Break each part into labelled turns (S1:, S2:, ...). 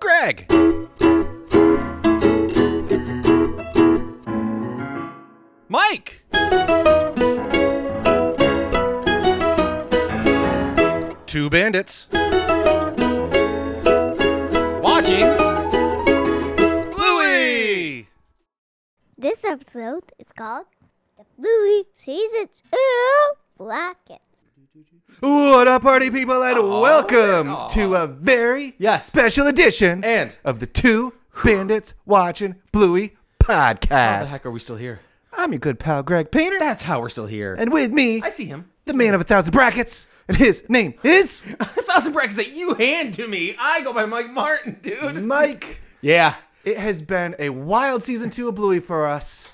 S1: Greg. Mike. Two bandits.
S2: Watching.
S1: Bluey.
S3: This episode is called The Bluey Seasons Ooh Rockets.
S1: What up, party people, and welcome to a very
S2: Oh, Yes.
S1: special edition
S2: And-
S1: of the Two Bandits Watching Bluey
S2: How the
S1: podcast.
S2: heck are we still here?
S1: I'm your good pal, Greg Painter,
S2: That's how we're still here.
S1: and with me,
S2: I see him.
S1: the man of a thousand brackets, and his name is
S2: a thousand brackets that you hand to me. I go by Mike Martin, dude.
S1: Mike.
S2: Mm-hmm. Yeah.
S1: It has been a wild season two of Bluey for us.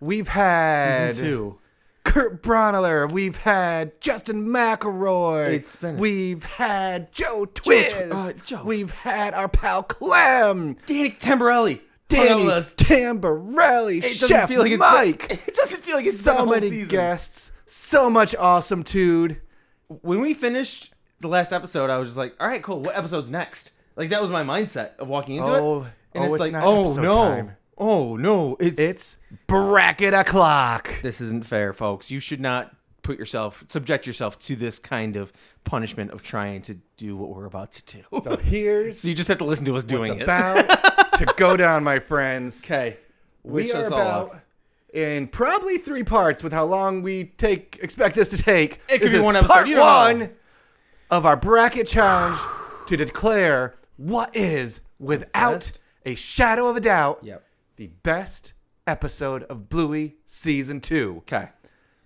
S1: We've had
S2: Season two.
S1: Kurt Braunohler. We've had Justin McElroy.
S2: It's been a-
S1: We've had Joe Twist.
S2: uh, Joe.
S1: We've had our pal Clem.
S2: Danny Tamborelli.
S1: Danny
S2: Hung on us.
S1: Tamborelli,
S2: It doesn't
S1: Chef
S2: feel like it's
S1: Mike.
S2: Been, it doesn't feel like it's been a
S1: so
S2: whole
S1: many
S2: season.
S1: guests, so much awesome dude.
S2: When we finished the last episode, I was just like, all right, cool. What episode's next? Like, that was my mindset of walking into
S1: Oh,
S2: it.
S1: oh,
S2: And it's
S1: it's
S2: like,
S1: not
S2: oh,
S1: episode
S2: no.
S1: time.
S2: Oh, no. It's,
S1: It's bracket o'clock.
S2: this isn't fair, folks. You should not put yourself, subject yourself to this kind of punishment of trying to do what we're about to do.
S1: So here's
S2: So you just have to listen to us doing
S1: what's
S2: it.
S1: about to go down, my friends.
S2: okay.
S1: we
S2: Wish
S1: are
S2: us all
S1: about
S2: luck.
S1: in probably three parts with how long we take expect this to take.
S2: It could
S1: This
S2: be
S1: is
S2: one episode,
S1: Part
S2: you don't
S1: one
S2: know.
S1: of our bracket challenge to declare what is, without
S2: best-
S1: a shadow of a doubt,
S2: Yep.
S1: the best episode of Bluey season two.
S2: Okay.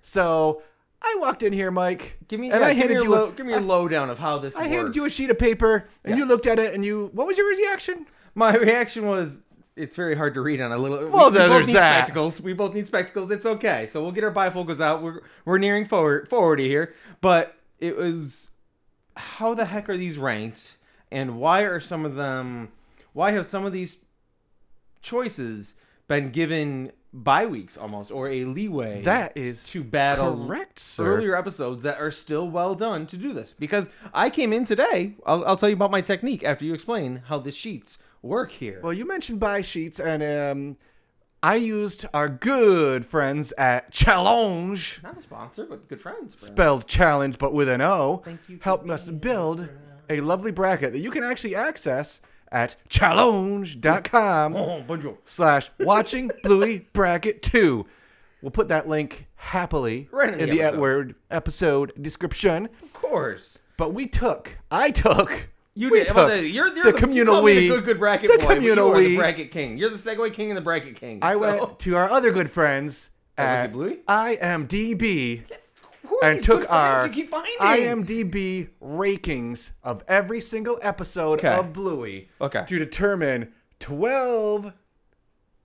S1: So I walked in here, Mike,
S2: Give me,
S1: and
S2: yeah,
S1: I
S2: give me
S1: handed
S2: your
S1: you
S2: low,
S1: a,
S2: give me a lowdown of how this
S1: I
S2: works.
S1: handed you a sheet of paper, and you
S2: Yes.
S1: looked at it, and you what was your reaction?
S2: My reaction was, it's very hard to read on a little.
S1: Well,
S2: we, we
S1: there-
S2: both
S1: there's
S2: need
S1: that.
S2: spectacles. We both need spectacles. It's okay. So we'll get our bifocals out. We're we're nearing forward forwardy here, but it was how the heck are these ranked, and why are some of them? Why have some of these choices been given bye weeks almost or a leeway?
S1: That is
S2: to battle
S1: correct, sir.
S2: earlier episodes that are still well done to do this because I came in today. I'll, I'll tell you about my technique after you explain how the sheets work here.
S1: Well, you mentioned buy sheets, and um, I used our good friends at Challenge,
S2: Not a sponsor, but good friends. Brad.
S1: spelled challenge but with an O,
S2: you for
S1: helped us build a lovely bracket that you can actually access at challenge.com
S2: oh, bonjour.
S1: slash watching Bluey bracket two. We'll put that link happily
S2: Right in the
S1: the
S2: episode.
S1: word episode description.
S2: Of course.
S1: But we took, I took,
S2: You
S1: we
S2: did.
S1: took
S2: About the, you're, you're
S1: the
S2: the,
S1: communal
S2: you call me
S1: we,
S2: The good, good bracket
S1: the
S2: boy, but
S1: communal
S2: you are
S1: we.
S2: The bracket king. You're the Segway king and the bracket king.
S1: I
S2: so-
S1: went to our other good friends
S2: At
S1: at
S2: Wikiblue?
S1: IMDb
S2: Who are
S1: and
S2: these
S1: took
S2: good friends
S1: our
S2: you keep finding?
S1: IMDb rankings of every single episode
S2: Okay.
S1: of Bluey
S2: Okay.
S1: to determine 12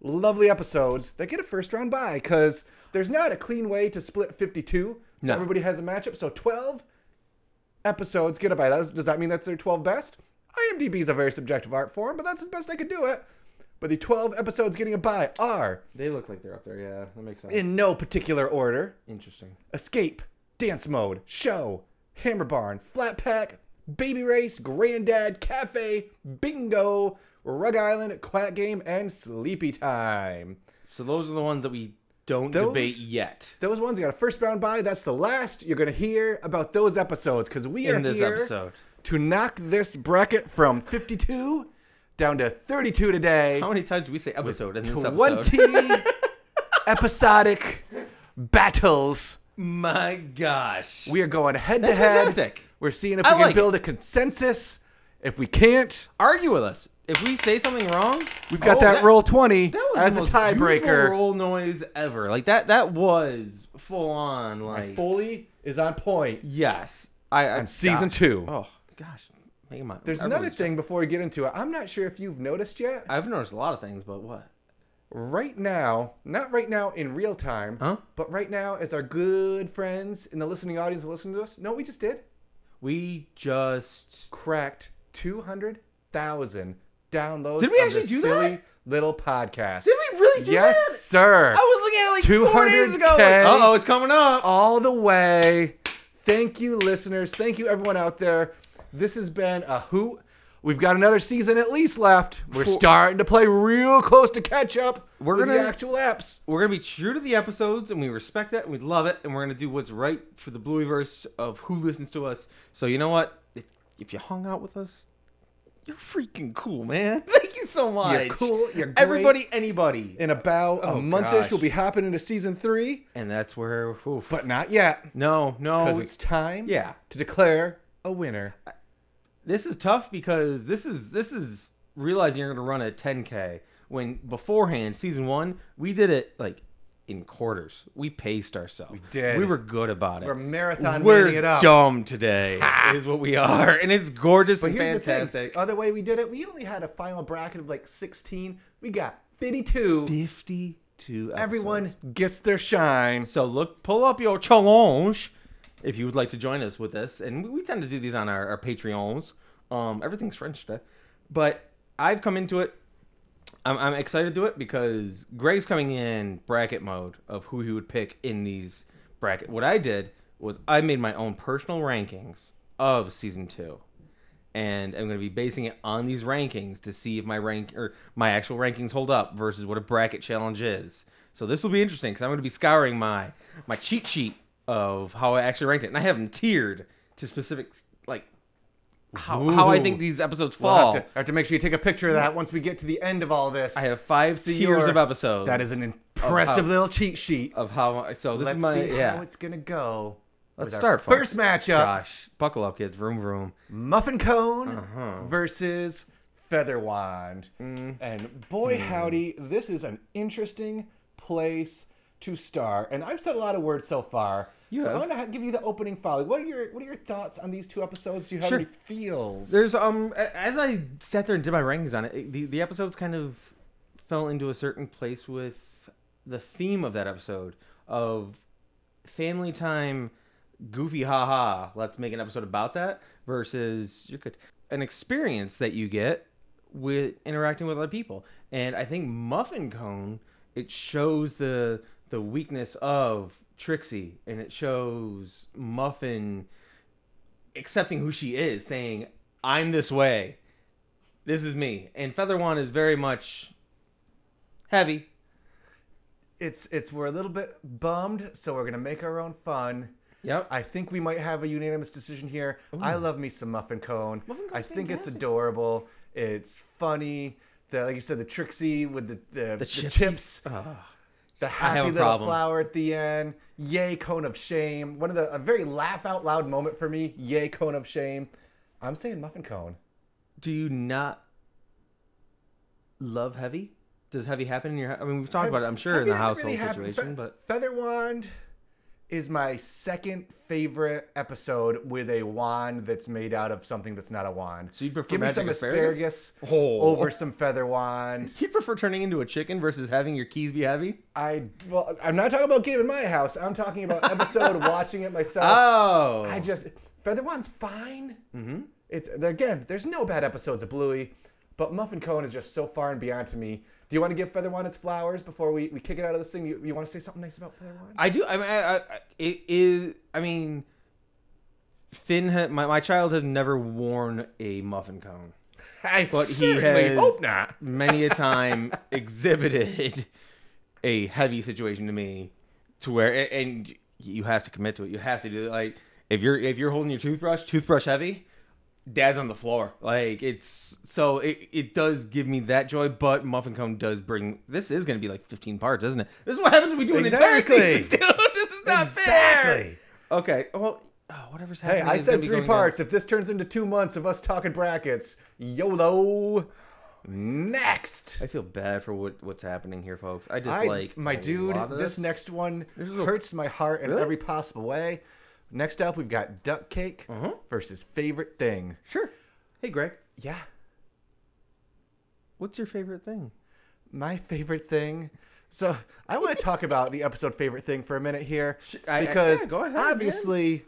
S1: lovely episodes that get a first round bye because there's not a clean way to split 52. So
S2: No.
S1: everybody has a matchup. So 12 episodes get a bye. Does, does that mean that's their 12 best? IMDb is a very subjective art form, but that's as best I could do it. But the 12 episodes getting a bye are,
S2: They look like they're up there. Yeah, that makes sense.
S1: in no particular order,
S2: Interesting.
S1: Escape, Dance Mode, Show, Hammer Barn, Flat Pack, Baby Race, Granddad, Cafe, Bingo, Rug Island, Quack Game, and Sleepy Time.
S2: So those are the ones that we don't
S1: Those-
S2: debate yet.
S1: Those ones got a first round bye. That's the last you're going to hear about those episodes because we are
S2: In this
S1: here
S2: episode.
S1: to knock this bracket from 52 down to 32 today.
S2: How many times do we say episode in this episode?
S1: 20 episodic battles.
S2: My gosh.
S1: We are going head to
S2: That's
S1: head.
S2: fantastic.
S1: We're seeing if
S2: I
S1: we can
S2: like it.
S1: build a consensus. If we can't,
S2: Argue with us. If we say something wrong, oh,
S1: we've got that, roll twenty
S2: That was
S1: as
S2: the
S1: a
S2: most beautiful
S1: tiebreaker.
S2: roll noise ever. Like that. That was full on. Like
S1: Foley is on point.
S2: yes, I. I
S1: On season
S2: gosh.
S1: two.
S2: Oh gosh, Make my-
S1: There's
S2: I
S1: another
S2: really-
S1: thing before we get into it. I'm not sure if you've noticed yet.
S2: I've noticed a lot of things, but what?
S1: Right now, not right now in real time,
S2: Huh?
S1: but right now as our good friends in the listening audience that listen to us. No, we just did
S2: We just
S1: cracked two hundred thousand downloads.
S2: Did we
S1: of
S2: actually
S1: this
S2: do that?
S1: silly Little podcast.
S2: did we really do
S1: yes,
S2: that?
S1: sir.
S2: I was looking at it like four days ago. Like,
S1: 200K.
S2: uh oh, it's coming up.
S1: all the way. Thank you, listeners. Thank you, everyone out there. This has been a hoot. We've got another season at least left. We're
S2: Fo-
S1: starting to play real close to catch up
S2: We're
S1: with the
S2: gonna-
S1: actual apps.
S2: We're gonna be true to the episodes, and we respect that, and we love it, and we're gonna do what's right for the Blueyverse of who listens to us. So you know what? If, if you hung out with us, you're freaking cool, man. Thank you so much.
S1: cool, you're great.
S2: Everybody, anybody,
S1: In about
S2: Oh,
S1: a monthish,
S2: gosh.
S1: we'll be hopping into season three,
S2: and that's where. oof.
S1: but not yet
S2: no, no,
S1: because
S2: we-
S1: it's time
S2: Oh, yeah.
S1: to declare a winner.
S2: this is tough because this is this is realizing you're going to run a 10k when beforehand season one we did it like in quarters we paced ourselves we
S1: did.
S2: we were good about it
S1: We're marathon
S2: we're
S1: manning it up.
S2: dumb today is what we are and it's gorgeous
S1: But
S2: and
S1: here's the thing:
S2: fantastic
S1: the other way we did it, we only had a final bracket of like 16. We got 52.
S2: 52 episodes.
S1: Everyone gets their shine.
S2: so look pull up your challenge if you would like to join us with this and we, we tend to do these on our, our patreons um everything's french today but i've come into it I'm, I'm excited to do it because Greg's coming in bracket mode of who he would pick in these bracket. What I did was I made my own personal rankings of season two, and I'm going to be basing it on these rankings to see if my rank or my actual rankings hold up versus what a bracket challenge is. So this will be interesting because I'm going to be scouring my my cheat sheet of how I actually ranked it, and I have them tiered to specific like how, how I
S1: Ooh.
S2: think these episodes
S1: We'll
S2: fall.
S1: have, to, have to make sure you take a picture of that once we get to the end of all this.
S2: I have five
S1: See
S2: tiers
S1: your-
S2: of episodes.
S1: That is an impressive
S2: how-
S1: little cheat sheet.
S2: of how. So Oh, this
S1: Let's
S2: is my
S1: see
S2: yeah.
S1: how it's gonna go.
S2: Let's
S1: with our
S2: start folks.
S1: First matchup:
S2: Gosh, buckle up, kids. Room, room.
S1: Muffin Cone
S2: Uh-huh. Mm.
S1: versus Feather Wand. And boy, howdy, this is an interesting place to start. And I've said a lot of words so far.
S2: You
S1: so
S2: have.
S1: I'm gonna ha- give you the opening folly. What are your What are your thoughts on these two episodes? Do you have
S2: Sure.
S1: any feels?
S2: There's um a- as I sat there and did my rankings on it, it, the the episodes kind of fell into a certain place with the theme of that episode of family time, goofy haha. Let's make an episode about that versus you could an experience that you get with interacting with other people. And I think Muffin Cone it shows the the weakness of Trixie and it shows Muffin accepting who she is, saying, I'm this way. This is me. And Feather One is very much heavy.
S1: It's It's we're a little bit bummed, so we're gonna make our own fun.
S2: Yep.
S1: I think we might have a unanimous decision here. I love me some muffin cone.
S2: Muffin
S1: I
S2: Cone's
S1: think it's
S2: fantastic.
S1: adorable. It's funny. The like you said, the Trixie with the the, the
S2: chips.
S1: chips,
S2: Ah.
S1: the
S2: have
S1: happy
S2: a
S1: little
S2: problem.
S1: flower at the end. Yay, cone of shame. One of the a very laugh out loud moment for me. Yay, cone of shame. I'm saying muffin cone.
S2: do you not love heavy? Does heavy happen in your house? I mean, we've talked about it, I'm sure, in
S1: Happy
S2: the
S1: doesn't
S2: household
S1: really happen. Fe-
S2: situation, but
S1: Feather Wand is my second favorite episode with a wand that's made out of something that's not a wand.
S2: So you'd prefer
S1: Give me
S2: magic
S1: some
S2: asparagus?
S1: asparagus,
S2: Oh.
S1: over some feather wand.
S2: you prefer turning into a chicken versus having your keys be heavy?
S1: I well, I'm not talking about game in my house. I'm talking about episode watching it myself.
S2: Oh.
S1: I just feather wand's fine. Mm-hmm. It's again, there's no bad episodes of Bluey, but Muffin Cone is just so far and beyond to me. Do you want to give Feather Wand its flowers before we, we kick it out of this thing? You, you want to say something nice about Feather Wand?
S2: I do. I mean, I, I, it is. I mean, Finn. Ha, my my child has never worn a muffin cone.
S1: I
S2: But he
S1: certainly
S2: has-
S1: hope not.
S2: Many a time exhibited a heavy situation to me, to where a- and you have to commit to it. You have to do it. Like if you're if you're holding your toothbrush, toothbrush heavy. Dad's on the floor. Like it's so it, it does give me that joy, but muffin cone does bring this is gonna be like fifteen parts, isn't it? This is what happens when we do an entire season,
S1: Exactly.
S2: dude. This is not fair.
S1: Exactly.
S2: Okay. Well, oh, whatever's
S1: Hey,
S2: happening.
S1: I
S2: is gonna
S1: said
S2: be
S1: three
S2: going down.
S1: parts. If this turns into two months of us talking brackets, YOLO. Next.
S2: I feel bad for what what's happening here, folks. I just
S1: I,
S2: like
S1: my
S2: a
S1: dude,
S2: lot of
S1: this. next one
S2: is a-
S1: hurts my heart in
S2: Really?
S1: every possible way. Next up, we've got duck cake
S2: Uh-huh.
S1: versus favorite thing.
S2: Sure. Hey, Greg,
S1: Yeah,
S2: what's your favorite thing?
S1: my favorite thing. So I want to talk about the episode favorite thing for a minute here
S2: I- I-
S1: because
S2: yeah, go ahead, man.
S1: obviously,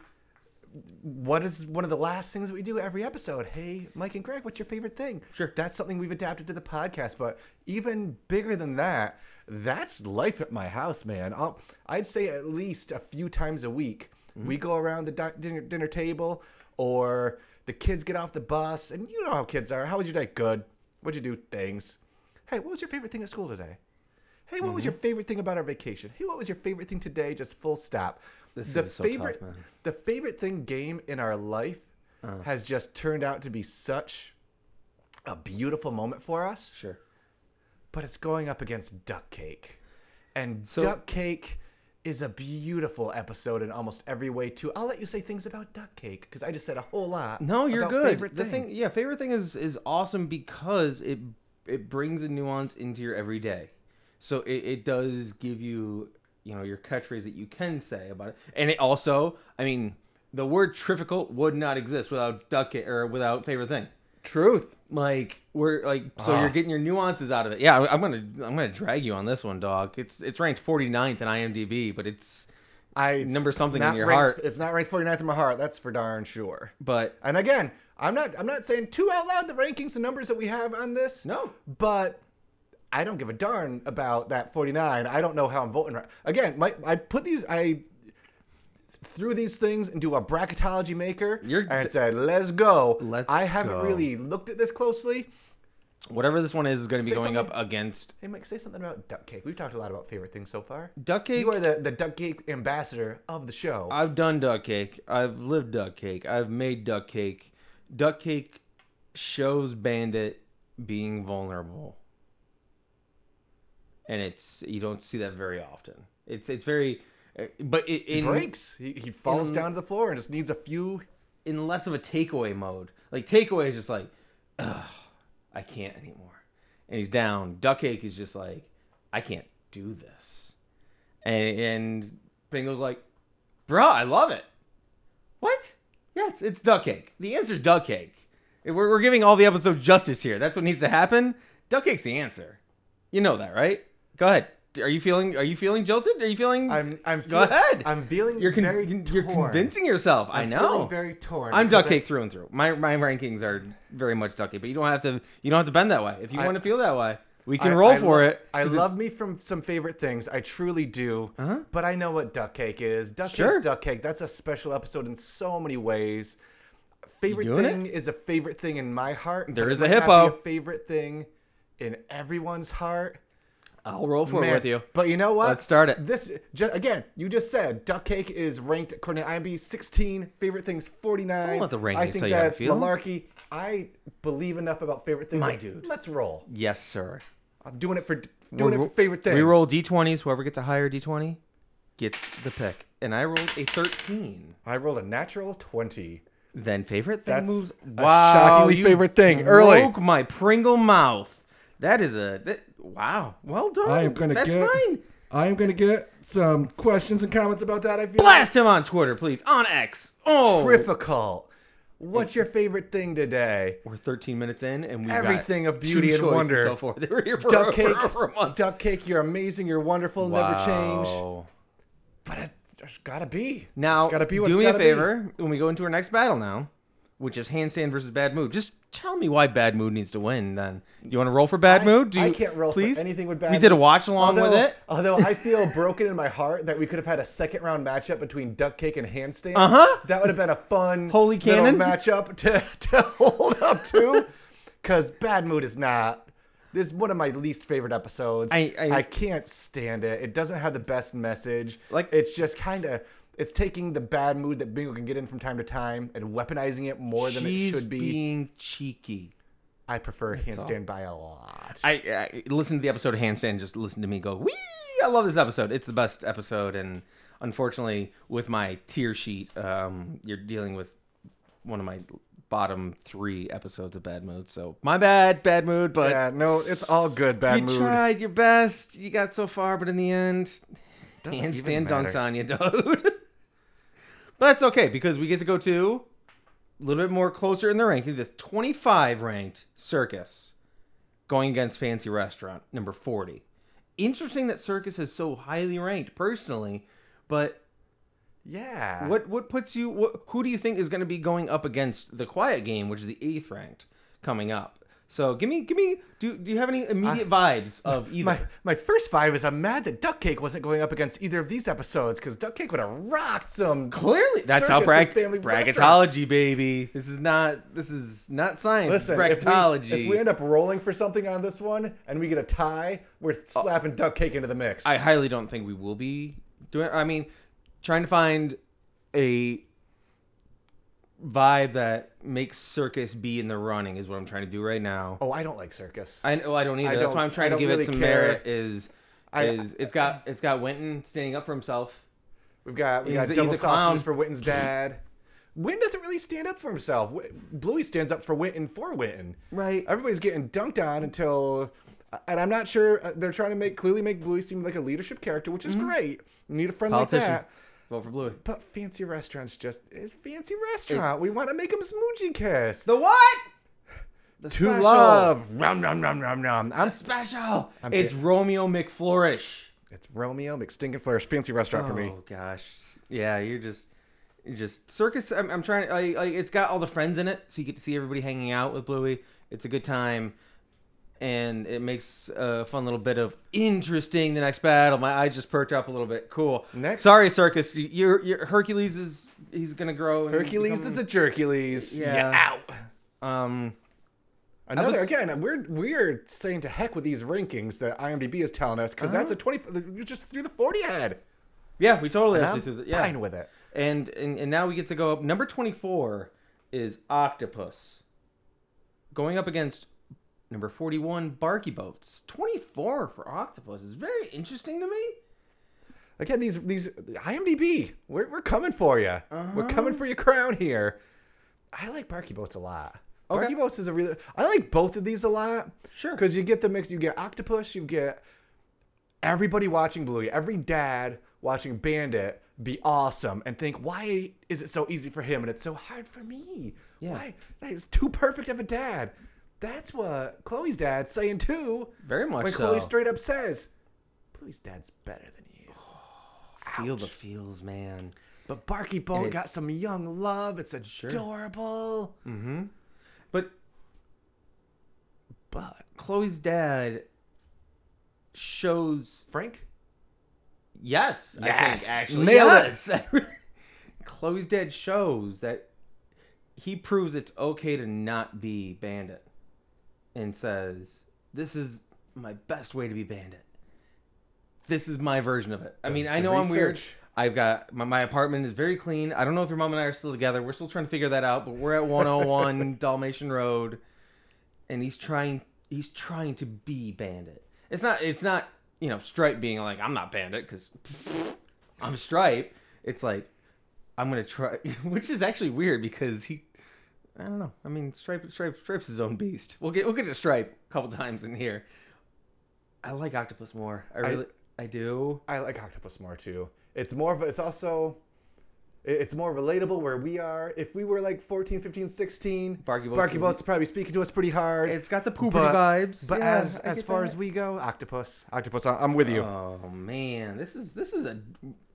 S1: what is one of the last things that we do every episode? Hey, Mike and Greg, what's your favorite thing?
S2: Sure.
S1: that's something we've adapted to the podcast. But even bigger than that, that's life at my house, man. I'll, I'd say at least a few times a week. We go around the di- dinner, dinner table, or the kids get off the bus, and you know how kids are. How was your day? Good. What'd you do? Things. Hey, what was your favorite thing at school today? Hey, what was your
S2: Mm-hmm.
S1: favorite thing about our vacation? Hey, what was your favorite thing today? Just full stop.
S2: This
S1: the
S2: is so tough,
S1: favorite,
S2: man. Uh.
S1: the favorite thing game in our life has just turned out to be such a beautiful moment for us
S2: Sure.
S1: but it's going up against Duck Cake. And
S2: So-
S1: Duck Cake is a beautiful episode in almost every way too. I'll let you say things about Duck Cake because I just said a whole lot.
S2: No, you're
S1: about
S2: good.
S1: favorite
S2: the thing. yeah, favorite thing is is awesome because it it brings a nuance into your everyday. So it, it does give you you know your catchphrase that you can say about it, and it also, I mean, the word trificult would not exist without duck it or without favorite thing.
S1: Truth.
S2: Like we're like so you're getting your nuances out of it. Yeah, I- I'm gonna I'm gonna drag you on this one, dog. It's it's ranked 49th in IMDb, but it's
S1: I it's
S2: Number something in
S1: not
S2: your
S1: ranked-
S2: heart.
S1: It's not ranked 49th in my heart. That's for darn sure.
S2: but
S1: And again, I'm not. I'm not saying too out loud the rankings and numbers that we have on this.
S2: no,
S1: but I don't give a darn about that 49. I don't know how I'm voting. Right. Again, my, I put these, I threw these things into a bracketology maker
S2: You're-
S1: and said, let's go.
S2: Let's
S1: I haven't
S2: go.
S1: really looked at this closely.
S2: whatever this one is is gonna be
S1: Say
S2: going
S1: something.
S2: up against
S1: Hey, Mike, say something about duck cake. We've talked a lot about favorite things so far.
S2: duck cake.
S1: You are the, the duck cake ambassador of the show.
S2: I've done duck cake. I've lived duck cake. I've made duck cake. Duck cake shows Bandit being vulnerable. And it's you don't see that very often. It's it's very uh, but it, in
S1: Breaks. He, he falls
S2: in-
S1: down to the floor and just needs a few.
S2: in less of a takeaway mode. Like takeaway is just like, Ugh, I can't anymore, and he's down. Duckhake is just like, I can't do this, and, and Bingo's like, bruh, I love it. What? Yes, it's Duckhake. The answer's Duckhake. We're we're giving all the episodes justice here. That's what needs to happen. Duckhake's the answer. You know that, right? Go ahead. Are you feeling? Are you feeling jilted? Are you feeling?
S1: I'm, I'm,
S2: Go ahead.
S1: I'm feeling
S2: You're con-
S1: very torn.
S2: you're convincing yourself. I
S1: I'm
S2: know.
S1: feeling very torn.
S2: I'm
S1: because
S2: duck
S1: I-
S2: cake through and through. My my rankings are very much duck cake, but you don't have to you don't have to bend that way. If you
S1: I-
S2: want to feel that way, we can
S1: I-
S2: roll
S1: I
S2: for
S1: lo-
S2: it.
S1: I
S2: 'cause it's-
S1: love me from some favorite things. I truly do.
S2: Uh-huh.
S1: But I know what duck cake is. Duck
S2: Sure.
S1: cake's duck cake. That's a special episode in so many ways. Favorite
S2: doing it?
S1: thing is a favorite thing in my heart. but
S2: There
S1: it
S2: is a
S1: might not be
S2: hippo.
S1: a favorite thing in everyone's heart.
S2: I'll roll for it
S1: Man,
S2: with you.
S1: But you know what?
S2: Let's start it.
S1: This ju- again, you just said duck cake is ranked according to IMDb 16. Favorite things 49.
S2: Don't let the rankings
S1: I think
S2: tell you how to
S1: that's
S2: feel.
S1: malarkey. I believe enough about favorite things.
S2: My
S1: that-
S2: dude.
S1: Let's roll.
S2: Yes, sir.
S1: I'm doing it for doing
S2: We're-
S1: it for favorite things.
S2: We roll d twenties. Whoever gets a higher d twenty gets the pick. And I rolled a thirteen.
S1: I rolled a natural 20.
S2: Then favorite thing
S1: That's
S2: moves.
S1: a
S2: Wow,
S1: shockingly
S2: you
S1: favorite thing, early.
S2: Broke my Pringle mouth. That is a that, wow. Well done.
S4: I am gonna
S2: That's
S4: get-
S2: fine.
S4: I am going to get some questions and comments.
S1: Comments about that, I feel
S2: Blast him on Twitter, please. On X. Oh,
S1: difficult. What's your favorite thing today?
S2: We're 13 minutes in, and we've
S1: Everything
S2: got
S1: of beauty
S2: two
S1: and
S2: choices
S1: wonder.
S2: So far, they were here for,
S1: Duck
S2: for-
S1: cake.
S2: for a month.
S1: Duck cake, you're amazing, you're wonderful, never change.
S2: Wow.
S1: But it, has gotta be.
S2: Now,
S1: it's gotta be what
S2: do
S1: it's
S2: me a
S1: gotta be.
S2: favor when we go into our next battle now, which is handstand versus bad mood. Just tell me why bad mood needs to win. Then you want to roll for bad
S1: I-
S2: mood? Do
S1: I
S2: you-
S1: can't roll for
S2: please?
S1: anything with bad
S2: We did a
S1: mood.
S2: watch along
S1: although, uh,
S2: with it.
S1: although I feel broken in my heart that we could have had a second round matchup between duck cake and handstand.
S2: Uh-huh.
S1: That would have been a fun
S2: Holy
S1: little
S2: cannon.
S1: matchup to, to hold up to. Cause bad mood is not. This is one of my least favorite episodes.
S2: I- I-
S1: can't stand it. It doesn't have the best message.
S2: Like-
S1: it's just kind of it's taking the bad mood that Bingo can get in from time to time and weaponizing it more than it
S2: She's
S1: should be.
S2: being cheeky.
S1: I prefer handstand by a lot.
S2: I, I listen to the episode of Handstand. Just listen to me go. Wee! I love this episode. It's the best episode, and unfortunately, with my tier sheet, um, you're dealing with one of my bottom three episodes of bad mood. So my bad, bad mood. But
S1: yeah, no, it's all good. Bad
S2: you
S1: mood.
S2: tried your best. You got so far, but in the end,
S1: Doesn't even
S2: Handstand dunks
S1: matter.
S2: on you, dude. but that's okay because we get to go to a little bit more closer in the rankings. It's 25 ranked Circus going against Fancy Restaurant, number 40. Interesting that Circus is so highly ranked personally, but
S1: Yeah.
S2: what what puts you what, who do you think is going to be going up against the Quiet Game, which is the 8th ranked coming up? So give me, give me. Do do you have any immediate vibes of either?
S1: Ah. My my first vibe is I'm mad that Duck Cake wasn't going up against either of these episodes because Duck Cake would have rocked some.
S2: Clearly, that's how
S1: Circus and
S2: brag-
S1: family
S2: bracketology, baby. This is not this is not science.
S1: Listen,
S2: it's
S1: if
S2: bracketology.
S1: we, if we end up rolling for something on this one and we get a tie, we're slapping Duck Cake into the mix.
S2: Oh. I highly don't think we will be doing. I mean, trying to find a vibe that makes circus be in the running is what I'm trying to do right now.
S1: oh, I don't like circus.
S2: I know I don't either. That's
S1: don't-
S2: why I'm
S1: I
S2: trying to
S1: don't
S2: give
S1: really
S2: it some
S1: care.
S2: merit. Is
S1: I-
S2: is it's got it's got Winton standing up for himself.
S1: We've got we
S2: He's
S1: got
S2: the- he's
S1: double
S2: the clown.
S1: sausages for Witten's dad. Witten doesn't really stand up for himself. Wi- Bluey stands up for Witten for Witten.
S2: Right.
S1: Everybody's getting dunked on until, and I'm not sure uh, they're trying to make clearly make Bluey seem like a leadership character, which is great. You need a friend
S2: Mm-hmm. Politician.
S1: like that.
S2: Vote for Bluey.
S1: But fancy restaurants just it's fancy restaurant. we want to make them smoochie kiss.
S2: The what? The
S1: to
S2: special.
S1: love. Rum nom nom nom nom. I'm
S2: The special.
S1: I'm
S2: it's
S1: bit-
S2: Romeo McFlourish.
S1: it's Romeo McStinkin Flares. Fancy restaurant for me.
S2: Oh gosh, yeah, you're just, you're just circus. I'm, I'm trying. Like, like, it's got all the friends in it, so you get to see everybody hanging out with Bluey. It's a good time, and it makes a fun little bit of interesting. The next battle, my eyes just perked up a little bit. Cool.
S1: Next-
S2: sorry, circus. You- You're, you're Hercules is he's gonna grow. and
S1: Hercules is
S2: become-
S1: a Jercules.
S2: Yeah.
S1: Yeah. out.
S2: um.
S1: Another
S2: was-
S1: again, we're we're saying to heck with these rankings that IMDb is telling us because that's a
S2: Uh-huh.
S1: twenty. You just threw the forty head.
S2: Yeah, we totally
S1: I'm
S2: actually through the yeah.
S1: fine with it.
S2: And, and and now we get to go up. Number twenty four is Octopus, going up against number forty one Barky Boats. Twenty four for Octopus is very interesting to me.
S1: Again, these these IMDb, we're we're coming for you.
S2: Uh-huh.
S1: We're coming for your crown here. I like Barky Boats a lot.
S2: Okay.
S1: Barky Boats is a really. I like both of these a lot
S2: Sure.
S1: because you get the mix. You get octopus. You get everybody watching Bluey. Every dad watching Bandit be awesome and think, why is it so easy for him and it's so hard for me?
S2: Yeah.
S1: Why that is too perfect of a dad. That's what Chloe's dad's saying too.
S2: very much
S1: When
S2: so.
S1: Chloe straight up says, Bluey's dad's better than you.
S2: Feel the feels, man.
S1: But Barky Boat got
S2: It's-
S1: some young love. It's adorable.
S2: But
S1: But
S2: Chloe's dad shows
S1: Frank,
S2: Yes.
S1: Yes.
S2: I think, actually.
S1: Nailed it.
S2: yes. Chloe's dead shows that he proves it's okay to not be bandit and says, This is my best way to be bandit. This is my version of it. I mean,
S1: Does
S2: I
S1: the
S2: know I'm weird.
S1: research.
S2: I've got my, my apartment is very clean. I don't know if your mom and I are still together. We're still trying to figure that out, but we're at 101 Dalmatian Road and he's trying he's trying to be bandit it's not it's not you know stripe being like i'm not bandit because i'm stripe it's like i'm gonna try which is actually weird because he i don't know i mean stripe stripe stripe's his own beast we'll get we'll get to stripe a couple times in here i like octopus more i really i, do
S1: I like Octopus more too. It's more of a, it's also it- it's more relatable where we are. If we were like 14, 15, 16,
S2: Barky Boats
S1: Barky
S2: would be-
S1: Boats would probably be speaking to us pretty hard.
S2: it's got the poopy
S1: But-
S2: vibes
S1: But
S2: Yeah,
S1: as
S2: I
S1: as
S2: get
S1: far
S2: that.
S1: as we go, Octopus, Octopus, I- I'm with you.
S2: Oh man, this is this is a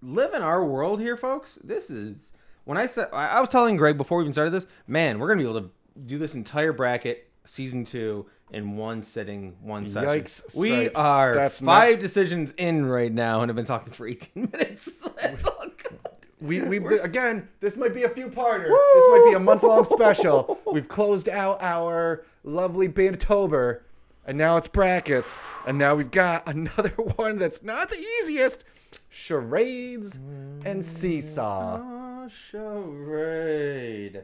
S2: live in our world here, folks. This is when I said I I was telling Greg before we even started this. Man, we're gonna be able to do this entire bracket season two in one sitting, one session.
S1: Yikes,
S2: we
S1: stripes.
S2: are
S1: That's not-
S2: five decisions in right now and have been talking for eighteen minutes. That's all good.
S1: We, we again, this might be a few parter. This might be a month long special. We've closed out our lovely Banditober, and now it's brackets, and now we've got another one that's not the easiest: charades and seesaw.
S2: Oh, charade.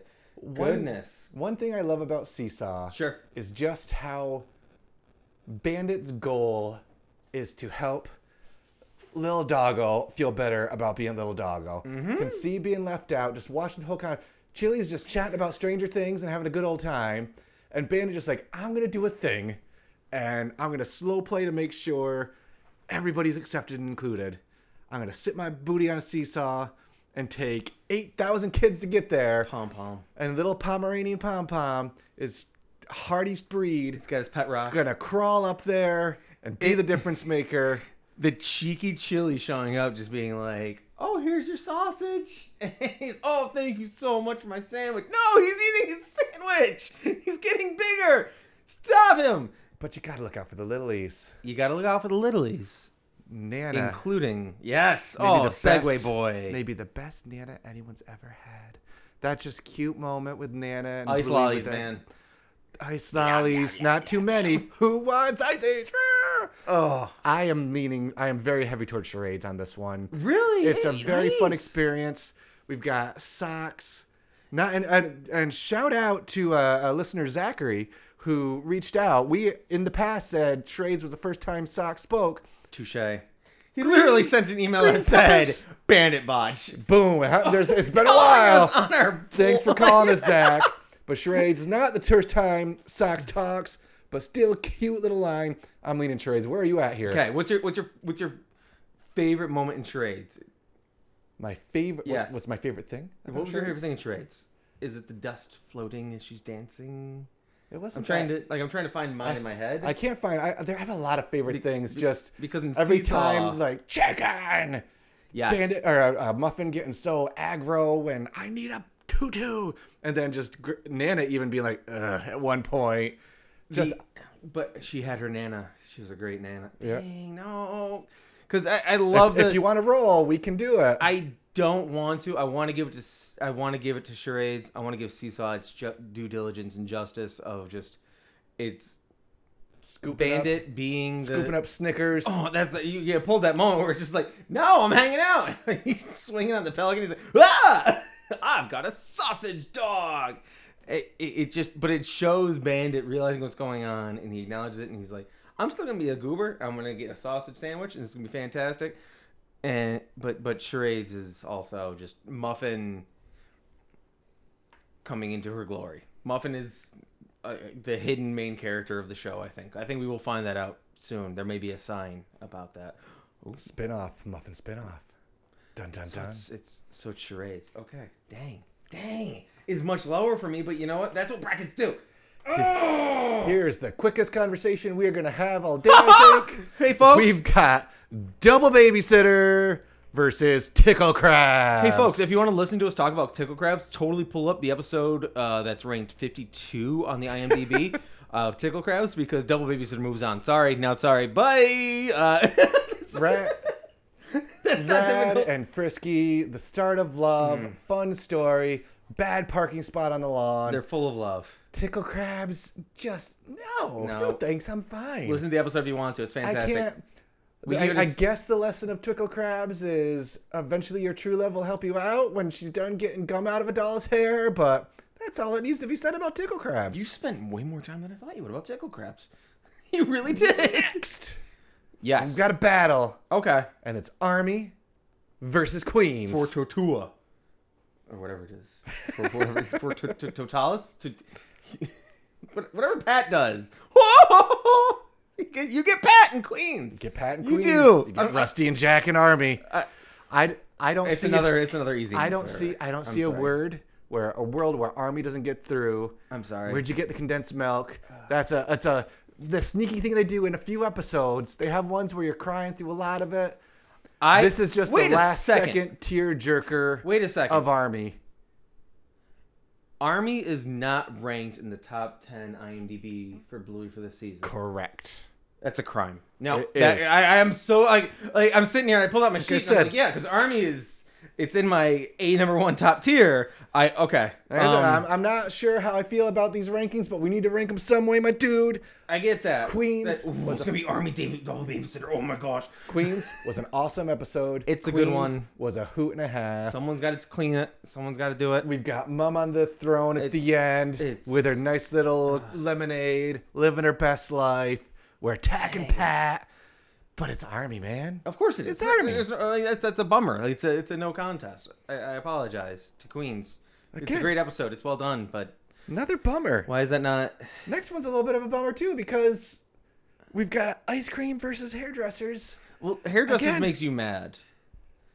S2: Goodness.
S1: One thing I love about seesaw
S2: Sure.
S1: is just how Bandit's goal is to help Little Doggo feel better about being Little Doggo. Can see being left out, just watching the whole con. Chili's just chatting about Stranger Things and having a good old time. And Bandit just like, I'm going to do a thing and I'm going to slow play to make sure everybody's accepted and included. I'm going to sit my booty on a seesaw and take 8,000 kids to get there
S2: Pom pom.
S1: and little Pomeranian Pom Pom is hardiest breed,
S2: He's got his pet rock.
S1: gonna crawl up there and be the difference maker.
S2: the cheeky chili showing up, just being like, "Oh, here's your sausage." And he's, "Oh, thank you so much for my sandwich." No, he's eating his sandwich. He's getting bigger. Stop him!
S1: But you gotta look out for the littlies.
S2: You gotta look out for the littlies,
S1: Nana.
S2: including yes.
S1: maybe
S2: oh,
S1: the
S2: Segway
S1: best-
S2: boy.
S1: Maybe the best Nana anyone's ever had. That just cute moment with Nana and
S2: Ice
S1: Bluey with
S2: lollies,
S1: that-
S2: man.
S1: Ice lollies, not too many. Who wants ices?
S2: Oh,
S1: I am leaning. I am very heavy towards charades on this one.
S2: really?
S1: It's a
S2: Hey,
S1: very fun
S2: nice.
S1: experience. We've got socks. Not and and, and shout out to uh, uh, listener Zachary who reached out. We in the past said trades was the first time socks spoke.
S2: Touche. He literally sent an email that said,
S1: peppers.
S2: "Bandit botch."
S1: Boom! Huh? There's, it's been a
S2: Oh, Calling us
S1: while.
S2: on our
S1: Thanks for calling us, Zach. But charades is not the first time socks talks, but still cute little line. I'm leaning charades. Where are you at here?
S2: Okay, what's your what's your what's your favorite moment in charades?
S1: My favorite. what-
S2: Yes.
S1: what's my favorite thing?
S2: What
S1: about
S2: was your
S1: charades?
S2: favorite thing in charades? Is it the dust floating as she's dancing?
S1: It
S2: I'm
S1: wasn't.
S2: trying
S1: that.
S2: to like I'm trying to find mine in my head.
S1: I can't find. I, there I have a lot of favorite things.
S2: be-
S1: Just
S2: because in
S1: every
S2: Seesaw-
S1: time, like chicken,
S2: yes.
S1: bandit or uh, uh, muffin getting so aggro when I need a tutu, and then just gr- Nana even being like Ugh, at one point. Just
S2: The- but she had her nana. She was a great nana.
S1: Yeah.
S2: Dang, no. Cuz I, I love
S1: if,
S2: the
S1: if you want to roll, we can do it.
S2: I don't want to. I want to give it to. s- I want to give it to charades. I want to give Seesaw its ju- due diligence and justice of just its
S1: scooping
S2: bandit being
S1: up, scooping
S2: the,
S1: up Snickers.
S2: Oh, that's you yeah, pulled that moment where it's just like, no, I'm hanging out. he's swinging on the pelican. He's like, ah, I've got a sausage dog. It, it, it just, but it shows Bandit realizing what's going on, and he acknowledges it, and he's like, I'm still gonna be a goober. I'm gonna get a sausage sandwich, and it's gonna be fantastic. And but but charades is also just Muffin coming into her glory. Muffin is uh, the hidden main character of the show. I think. I think we will find that out soon. There may be a sign about that. Ooh,
S1: Spin off, muffin spin off. Dun dun
S2: so
S1: dun.
S2: it's, it's so charades. Okay. Dang. Dang. It's much lower for me, but you know what? That's what brackets do. Oh!
S1: Here's the quickest conversation we are gonna have all day. I think.
S2: Ah! Hey, folks.
S1: We've got double babysitter versus tickle crabs.
S2: Hey folks, if you want to listen to us talk about tickle crabs, totally pull up the episode uh, that's ranked 52 on the IMDb of tickle crabs because Double Babysitter moves on. Sorry, now sorry, bye. Uh, that's-
S1: Rad,
S2: that's not
S1: Rad
S2: difficult.
S1: and Frisky, the start of love,
S2: Mm-hmm.
S1: fun story, bad parking spot on the lawn.
S2: They're full of love.
S1: tickle crabs, just no.
S2: No.
S1: No, thanks, I'm fine.
S2: Listen to the episode if you want to. It's
S1: I
S2: fantastic.
S1: can't.
S2: We
S1: I,
S2: hear
S1: I
S2: this-
S1: guess the lesson of tickle crabs is eventually your true love will help you out when she's done getting gum out of a doll's hair, but that's all that needs to be said about tickle crabs.
S2: You spent way more time than I thought you would about tickle crabs. You really did.
S1: next.
S2: Yes.
S1: We've got a battle.
S2: okay.
S1: and it's Army versus Queens.
S2: For Tortua. Or whatever it is. For, for, for to, to, Totalis? To, what- whatever Pat does. Whoa! You get, you get Pat in Queens.
S1: get Pat and
S2: You
S1: Queens.
S2: do.
S1: You
S2: I'm-
S1: get Rusty and Jack and Army.
S2: I-
S1: I I don't
S2: It's
S1: see
S2: another, it's another easy
S1: I don't
S2: answer.
S1: see I
S2: I'm
S1: don't see a
S2: sorry.
S1: word where a world where Army doesn't get through.
S2: I'm sorry.
S1: Where'd you get the condensed milk? That's a that's a the sneaky thing they do in a few episodes. They have ones where you're crying through a lot of it.
S2: I,
S1: this is just the
S2: wait a
S1: last
S2: second.
S1: tier jerker
S2: Wait a second.
S1: of Army.
S2: Army is not ranked in the top 10 IMDb for Bluey for this season.
S1: Correct.
S2: That's a crime. No,
S1: It
S2: that,
S1: is.
S2: I, I am so like, like I'm sitting here and I pulled out my sheet.
S1: you
S2: and I'm
S1: said.
S2: like, yeah, because Army is it's in my A number one top tier. I okay.
S1: Like I said,
S2: um,
S1: uh, I'm, I'm not sure how I feel about these rankings, but we need to rank them some way, my dude.
S2: I get that.
S1: Queens
S2: That- ooh,
S1: was
S2: it's gonna be Army David Double Babysitter. Oh my gosh.
S1: Queens was an awesome episode.
S2: It's a
S1: Queens
S2: good one.
S1: Was a hoot and a half.
S2: Someone's got to clean it. Someone's got to do it.
S1: We've got Mum on the throne at
S2: It's-
S1: the end
S2: it's-
S1: with her nice little lemonade, living her best life. We're attacking Pat, but it's Army man.
S2: Of course it is.
S1: It's Army.
S2: There's no- like, that's, that's a bummer. Like, it's a it's a no contest. I, I apologize to Queens. It's a
S1: Again.
S2: great episode. It's well done, but
S1: Another bummer.
S2: why is that not?
S1: Next one's a little bit of a bummer too because we've got ice cream versus hairdressers.
S2: Well, hairdressers
S1: Again.
S2: makes you mad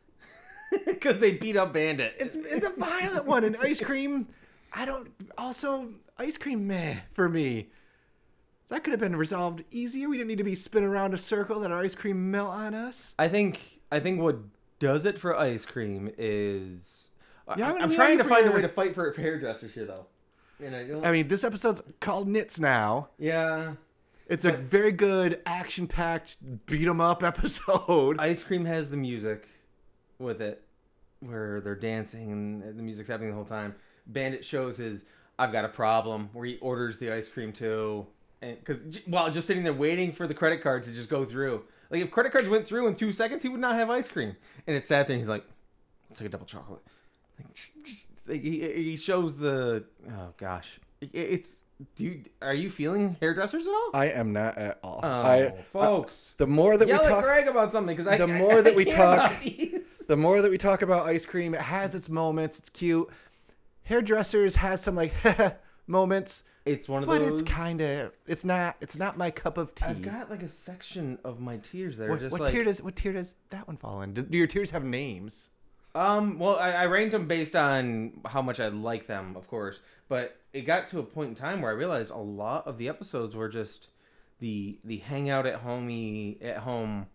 S2: because they beat up Bandit.
S1: It's it's a violent one, and ice cream. I don't. Also, ice cream meh for me. That could have been resolved easier. We didn't need to be spinning around a circle that our ice cream melt on us.
S2: I think I think what does it for ice cream is I-
S1: Yeah, I'm
S2: I'm,
S1: gonna be
S2: trying
S1: ready
S2: to
S1: for
S2: find a
S1: your-
S2: way to fight for, for hairdressers here though. You know, you'll-
S1: I mean, this episode's called Nits now.
S2: yeah.
S1: It's a very good action packed beat 'em up episode.
S2: Ice Cream has the music with it, where they're dancing and the music's happening the whole time. Bandit shows his "I've got a problem," where he orders the ice cream too, and because while just sitting there waiting for the credit card to just go through. Like if credit cards went through in two seconds, he would not have ice cream. And it's sad thing. He's like, "I'll take a double chocolate." Like, like, he, he shows the oh gosh, It- it's dude. Are you feeling hairdressers at all?
S1: I am not at all.
S2: Oh,
S1: I,
S2: folks.
S1: the more that
S2: Yell
S1: we
S2: at
S1: talk,
S2: Greg about something because I
S1: the
S2: I-
S1: more
S2: I
S1: that we
S2: can't
S1: talk-
S2: about these.
S1: the more that we talk about ice cream, it has its moments. It's cute. Hairdressers has some like moments,
S2: It's one of
S1: but
S2: those.
S1: it's kind of it's not it's not my cup of tea.
S2: I've got like a section of my tears that are
S1: what
S2: just
S1: what
S2: like
S1: tier does what tier does that one fall in? Do, do your tears have names?
S2: um. Well, I, I ranked them based on how much I like them, of course. But it got to a point in time where I realized a lot of the episodes were just the the hangout at homey at home,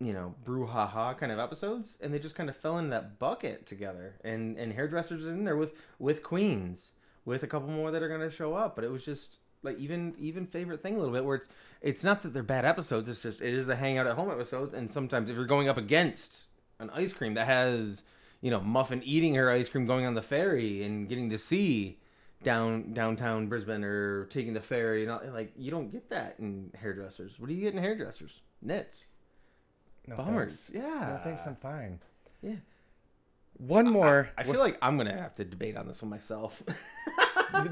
S2: you know, brouhaha kind of episodes, and they just kind of fell into that bucket together. And and hairdressers is in there with with queens, with a couple more that are gonna show up. But it was just like even even favorite thing a little bit where it's it's not that they're bad episodes. It's just it is the hangout at home episodes, and sometimes if you're going up against an ice cream that has you know muffin eating her ice cream going on the ferry and getting to see down downtown Brisbane or taking the ferry and all, like you don't get that in hairdressers. What do you get in hairdressers? Knits,
S1: No,
S2: bummers. Yeah.
S1: No thanks, I'm fine.
S2: Yeah.
S1: One more,
S2: I feel like I'm gonna have to debate on this one myself.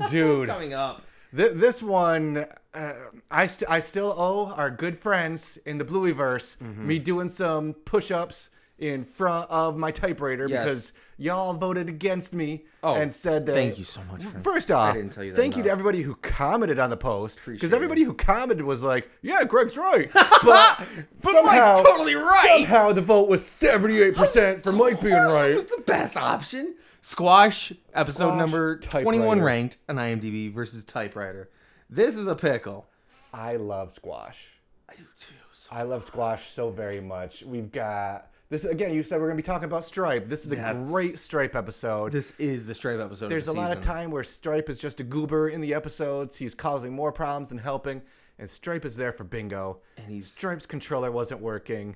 S1: dude.
S2: Coming up.
S1: Th- this one, uh, I, st- I still owe our good friends in the Blueyverse
S2: Mm-hmm.
S1: me doing some push ups in front of my typewriter
S2: Yes.
S1: because y'all voted against me
S2: Oh,
S1: and said that.
S2: thank you so much for-
S1: First off,
S2: didn't tell you that
S1: thank you to
S2: enough.
S1: everybody who commented on the post because
S2: Appreciate it.
S1: everybody who commented was like, yeah, Greg's right. But,
S2: But
S1: somehow,
S2: Mike's totally right.
S1: Somehow the vote was 78% for Mike being
S2: course
S1: right.
S2: It was the best option. Squash episode
S1: Squash,
S2: number
S1: typewriter.
S2: 21 ranked on IMDb versus typewriter. This is a pickle.
S1: I love squash.
S2: I do too.
S1: I love squash so very much. We've got this again. You said we're going to be talking about Stripe. This is a
S2: That's-
S1: great Stripe episode.
S2: This is the Stripe episode.
S1: There's a
S2: of the
S1: lot of
S2: season.
S1: time where Stripe is just a goober in the episodes. He's causing more problems than helping, and Stripe is there for bingo.
S2: And he's-
S1: Stripe's controller wasn't working.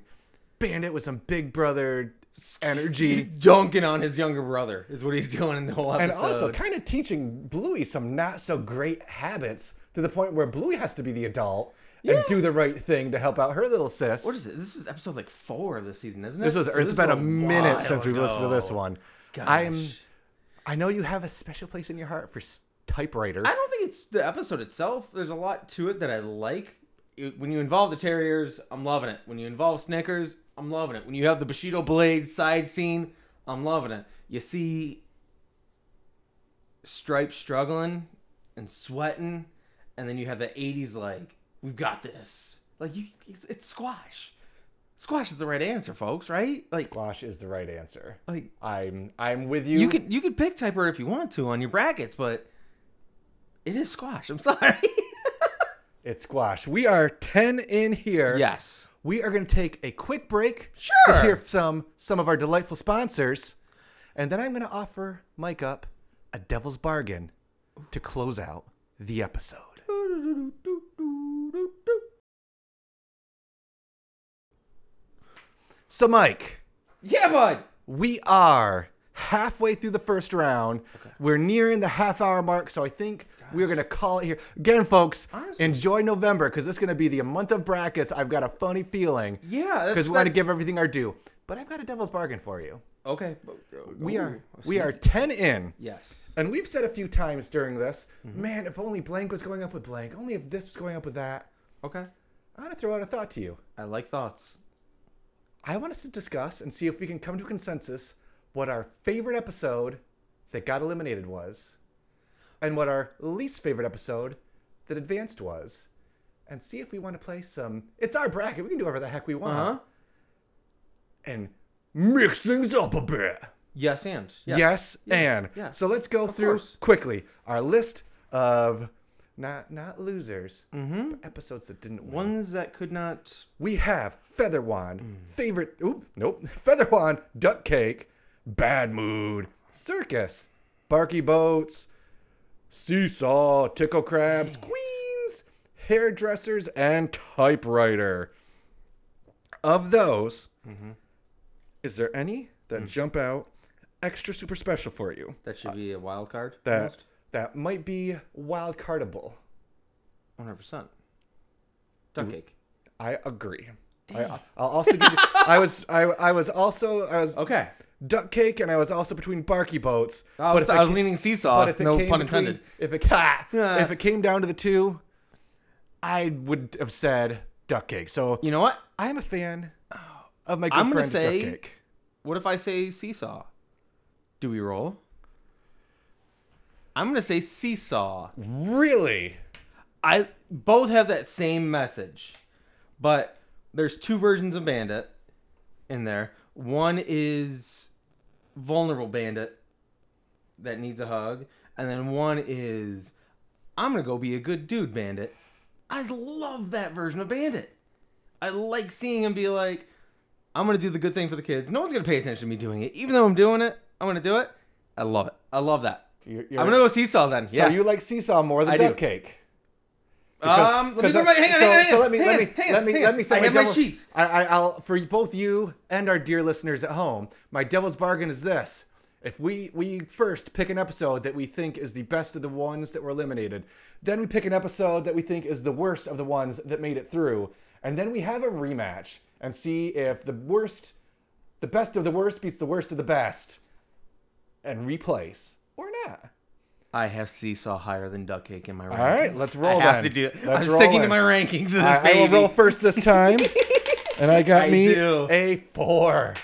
S1: Bandit with some Big Brother energy,
S2: He's dunking on his younger brother, is what he's doing in the whole
S1: and
S2: episode.
S1: also kind of teaching Bluey some not so great habits to the point where Bluey has to be the adult and do the right thing to help out her little sis.
S2: what is it? This is episode like four of this season, isn't it?
S1: This was
S2: So
S1: it's
S2: is
S1: been a
S2: while
S1: minute since we've listened to this
S2: ago.
S1: one.
S2: Gosh.
S1: I'm I know you have a special place in your heart for s- typewriter.
S2: I don't think it's the episode itself. There's a lot to it that I like. It- When you involve the Terriers, I'm loving it. When you involve Snickers, I'm loving it. When you have the Bushido Blade side scene, I'm loving it. You see Stripe struggling and sweating, and then you have the 80s like, we've got this. Like, you, it's, it's squash. Squash is the right answer, folks, right? Like,
S1: Squash is the right answer.
S2: like
S1: I'm I'm with you.
S2: you could you could pick typewriter if you want to on your brackets, but it is squash. I'm sorry.
S1: It's squash. We are 10 in here.
S2: yes.
S1: We are going to take a quick break to
S2: Sure.
S1: hear some some of our delightful sponsors and then I'm going to offer Mike up a devil's bargain to close out the episode. So Mike,
S2: Yeah, bud.
S1: We are halfway through the first round. We're nearing the half hour mark, so I think we're going to call it here. Again, folks,
S2: Honestly.
S1: enjoy November because it's going to be the month of brackets. I've got a funny feeling
S2: Yeah,
S1: because we want to
S2: that's-
S1: give everything our due. But I've got a devil's bargain for you.
S2: Okay.
S1: We
S2: Ooh,
S1: are
S2: I
S1: we
S2: see.
S1: are 10 in.
S2: Yes.
S1: And we've said a few times during this,
S2: Mm-hmm.
S1: man, if only blank was going up with blank, only if this was going up with that.
S2: Okay.
S1: I want to throw out a thought to you.
S2: I like thoughts.
S1: I want us to discuss and see if we can come to a consensus what our favorite episode that got eliminated was, and what our least favorite episode that advanced was, and see if we want to play some. It's our bracket. We can do whatever the heck we want,
S2: Uh huh.
S1: and mix things up a bit.
S2: Yes, and
S1: Yes, and
S2: yes.
S1: so let's go through
S2: course.
S1: quickly our list of not not losers, but episodes that didn't win.
S2: ones that could not.
S1: We have Feather Wand, favorite. Oop, nope. Feather Wand, Duck Cake, Bad Mood, Circus, Barky Boats, seesaw, tickle crabs, queens, hairdressers, and typewriter. Of those, is there any that jump out extra super special for you?
S2: That should be a wild card.
S1: That
S2: almost?
S1: that might be wild cardable.
S2: 100%. Duck cake.
S1: I agree. I, I'll also give you, I was I, I was also I was
S2: Okay.
S1: duck cake and I was also between barky boats.
S2: I was,
S1: if
S2: I was
S1: ca-
S2: leaning seesaw. No
S1: came
S2: pun
S1: between-
S2: intended.
S1: If it ah,
S2: Yeah.
S1: if it came down to the two, I would have said duck cake. So
S2: You know what?
S1: I am a fan of my good
S2: I'm gonna
S1: friend
S2: say-
S1: duck cake.
S2: What if I say seesaw? Do we roll? I'm gonna say seesaw.
S1: Really?
S2: I both have that same message, but there's two versions of Bandit in there. One is vulnerable Bandit that needs a hug, and then one is I'm gonna go be a good dude Bandit. I love that version of Bandit. I like seeing him be like, I'm gonna do the good thing for the kids. No one's gonna pay attention to me doing it, even though I'm doing it. I'm gonna do it. I love it. I love that.
S1: You're,
S2: I'm gonna go seesaw then.
S1: So
S2: yeah.
S1: you like seesaw more than
S2: I do.
S1: duck cake?
S2: um, let me
S1: 'cause
S2: go
S1: I-
S2: to my, hang on,
S1: so,
S2: hang
S1: so
S2: on, hang on,
S1: let me
S2: hang
S1: let
S2: on,
S1: me
S2: hang on,
S1: let me
S2: hang
S1: let
S2: on.
S1: me say
S2: I
S1: my
S2: have my
S1: devil-
S2: sheets.
S1: I, I, I'll for both you and our dear listeners at home. My devil's bargain is this: if we we first pick an episode that we think is the best of the ones that were eliminated, then we pick an episode that we think is the worst of the ones that made it through, and then we have a rematch and see if the worst, the best of the worst beats the worst of the best, and replace or not.
S2: I have seesaw higher than duck cake in my rankings.
S1: right, let's roll
S2: I
S1: then.
S2: have to do. it.
S1: Let's
S2: I'm
S1: roll
S2: sticking
S1: in.
S2: to my rankings. Of this
S1: I, I will
S2: baby.
S1: roll first this time. and I got
S2: I
S1: me
S2: do.
S1: a four.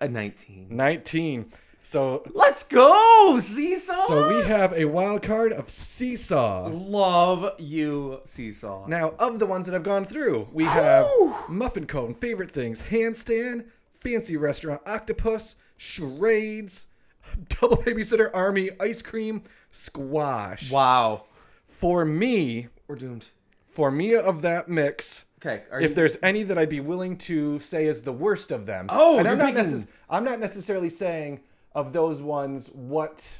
S2: a 19.
S1: 19. So
S2: Let's go, seesaw.
S1: so we have a wild card of Seesaw.
S2: love you, seesaw.
S1: Now, of the ones that I've gone through, we have Muffin Cone, Favorite Things, Handstand, Fancy Restaurant, Octopus, Charades, Double Babysitter Army, Ice Cream, Squash.
S2: wow,
S1: For me,
S2: we're doomed.
S1: for me of that mix,
S2: Okay, are
S1: if
S2: you-
S1: there's any that I'd be willing to say is the worst of them.
S2: Oh,
S1: and
S2: you're
S1: I'm not,
S2: picking-
S1: necess- I'm not necessarily saying of those ones what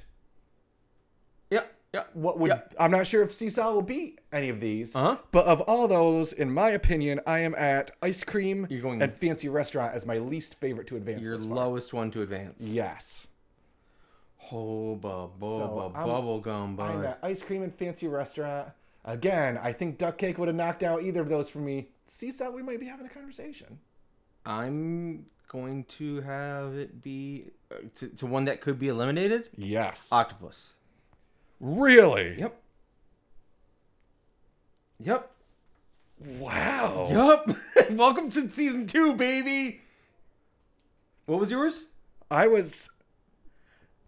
S2: yeah, yeah.
S1: what would
S2: Yeah.
S1: I'm not sure if Seesaw will beat any of these.
S2: Uh-huh.
S1: But of all those, in my opinion, I am at ice cream
S2: You're going-
S1: and fancy restaurant as my least favorite to advance.
S2: Your
S1: this far.
S2: lowest one to advance.
S1: Yes.
S2: Oh, bu- bu-
S1: So,
S2: bu-
S1: I'm-
S2: bubble gum, bud.
S1: I'm at ice cream and fancy restaurant. Again, I think duck cake would have knocked out either of those for me. Seesaw, we might be having a conversation.
S2: I'm going to have it be uh, to, to one that could be eliminated.
S1: Yes.
S2: Octopus.
S1: really?
S2: Yep. Yep.
S1: Wow.
S2: Yep. Welcome to season two, baby. What was yours?
S1: I was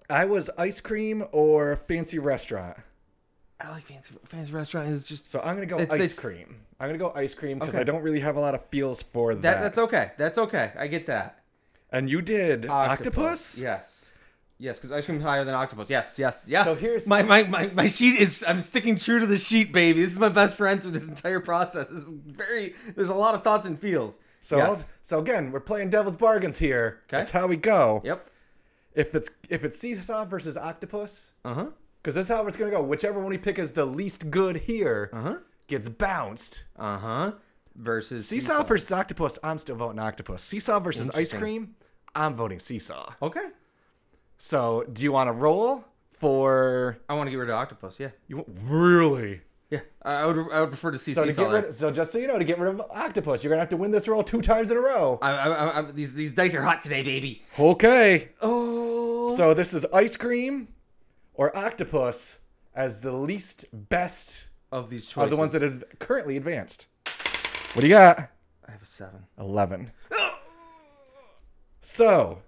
S1: I was ice cream or fancy restaurant.
S2: I like fancy fancy restaurant is just
S1: So I'm gonna go
S2: It's-
S1: ice
S2: it's-
S1: cream. I'm gonna go ice cream because
S2: Okay.
S1: I don't really have a lot of feels for that.
S2: that. That's okay. That's okay. I get that.
S1: and you did octopus.
S2: Yes. Yes, because ice cream is higher than octopus. Yes, yes, yeah.
S1: So here's-
S2: my, my my my sheet is. I'm sticking true to the sheet, baby. This is my best friend through this entire process. This is very. There's a lot of thoughts and feels.
S1: So
S2: Yes.
S1: so again, we're playing devil's bargains here.
S2: Okay.
S1: That's how we go.
S2: Yep.
S1: If it's if it's seesaw versus octopus,
S2: Uh huh.
S1: because this is how it's gonna go. Whichever one we pick is the least good here
S2: Uh huh.
S1: gets bounced.
S2: Uh huh. Versus
S1: Seesaw, versus octopus. I'm still voting octopus. Seesaw versus ice
S2: Interesting.
S1: cream. I'm voting seesaw.
S2: Okay.
S1: So do you want to roll for
S2: I want to get rid of octopus. Yeah.
S1: You want, really?
S2: Yeah. I I would. I would prefer to see
S1: So to
S2: seesaw.
S1: get rid
S2: there.
S1: so just so you know, to get rid of octopus, you're gonna have to win this roll two times in a row.
S2: I, I, I, I, these these dice are hot today, baby.
S1: Okay.
S2: Oh.
S1: So this is ice cream or octopus as the least best
S2: of these choices.
S1: of the ones that is currently advanced. What do you got?
S2: I have a seven.
S1: Eleven. So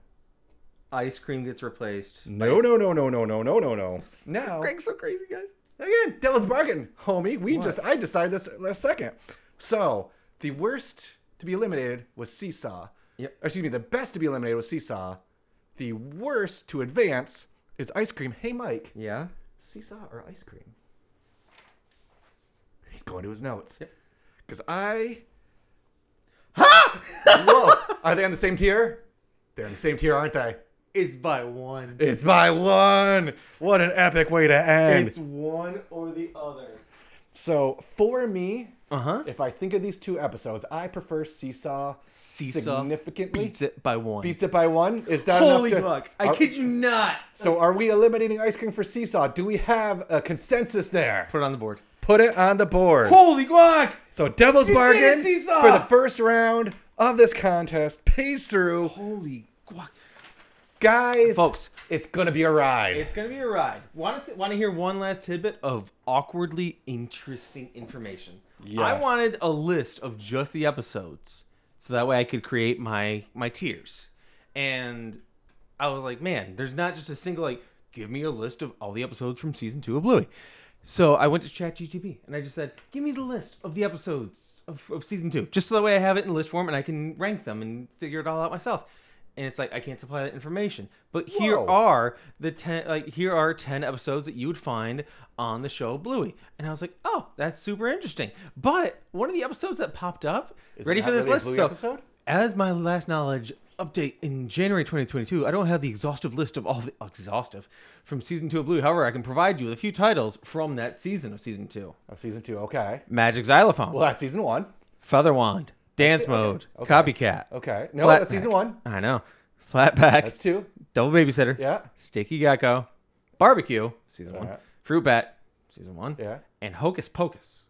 S2: Ice cream gets replaced.
S1: no no no no no no no no no. Now
S2: Greg's so crazy, guys.
S1: again, devil's bargain, homie. We
S2: What?
S1: just I decided this last second. So the worst to be eliminated was seesaw.
S2: Yep.
S1: Or excuse me, the best to be eliminated was seesaw. The worst to advance is ice cream. Hey Mike,
S2: Yeah.
S1: seesaw or ice cream? He's going to his notes.
S2: Yep.
S1: Cause I. Whoa! Are they on the same tier? They're on the same tier, aren't they?
S2: It's by one.
S1: It's by one. What an epic way to end.
S2: It's one or the other.
S1: so for me,
S2: Uh huh.
S1: if I think of these two episodes, I prefer Seesaw,
S2: Seesaw
S1: significantly.
S2: Beats it by one.
S1: Beats it by one. Is that
S2: Holy
S1: enough? to-
S2: fuck! I
S1: Are-
S2: kid you not.
S1: So are we eliminating ice cream for Seesaw? Do we have a consensus there?
S2: Put it on the board.
S1: Put it on the board.
S2: Holy guac!
S1: So Devil's
S2: You did
S1: Bargain
S2: it, Seesaw!
S1: for the first round of this contest pays through.
S2: Holy guac!
S1: Guys,
S2: Folks.
S1: it's going to be a ride.
S2: It's gonna be a ride. Want to want to hear one last tidbit of awkwardly interesting information? I
S1: Yes.
S2: wanted a list of just the episodes, so that way I could create my my tiers. And I was like, man, there's not just a single like. Give me a list of all the episodes from season two of Bluey. So I went to ChatGTP and I just said, give me the list of the episodes of, of season two, just so that way I have it in list form and I can rank them and figure it all out myself. And it's like I can't supply that information, but here
S1: Whoa.
S2: are are the 10 like here are 10 episodes that you would find on the show bluey and i was like oh that's super interesting but one of the episodes that popped up
S1: Is it
S2: ready for
S1: not
S2: this
S1: really a
S2: list
S1: Bluey
S2: so
S1: episode?
S2: as my last knowledge update in january 2022 i don't have the exhaustive list of all the exhaustive from season 2 of bluey however i can provide you with a few titles from that season of season 2
S1: Oh, season two, okay.
S2: magic xylophone
S1: Well, that's season one.
S2: feather wand dance
S1: it, okay,
S2: mode
S1: okay,
S2: copycat
S1: Okay. No,
S2: Flat
S1: that's season
S2: Pack.
S1: one.
S2: i know flatback
S1: That's two.
S2: Double Babysitter.
S1: Yeah.
S2: Sticky Gecko. Barbecue. Season one.
S1: Yeah.
S2: Fruit Bat. Season one.
S1: Yeah.
S2: And Hocus Pocus.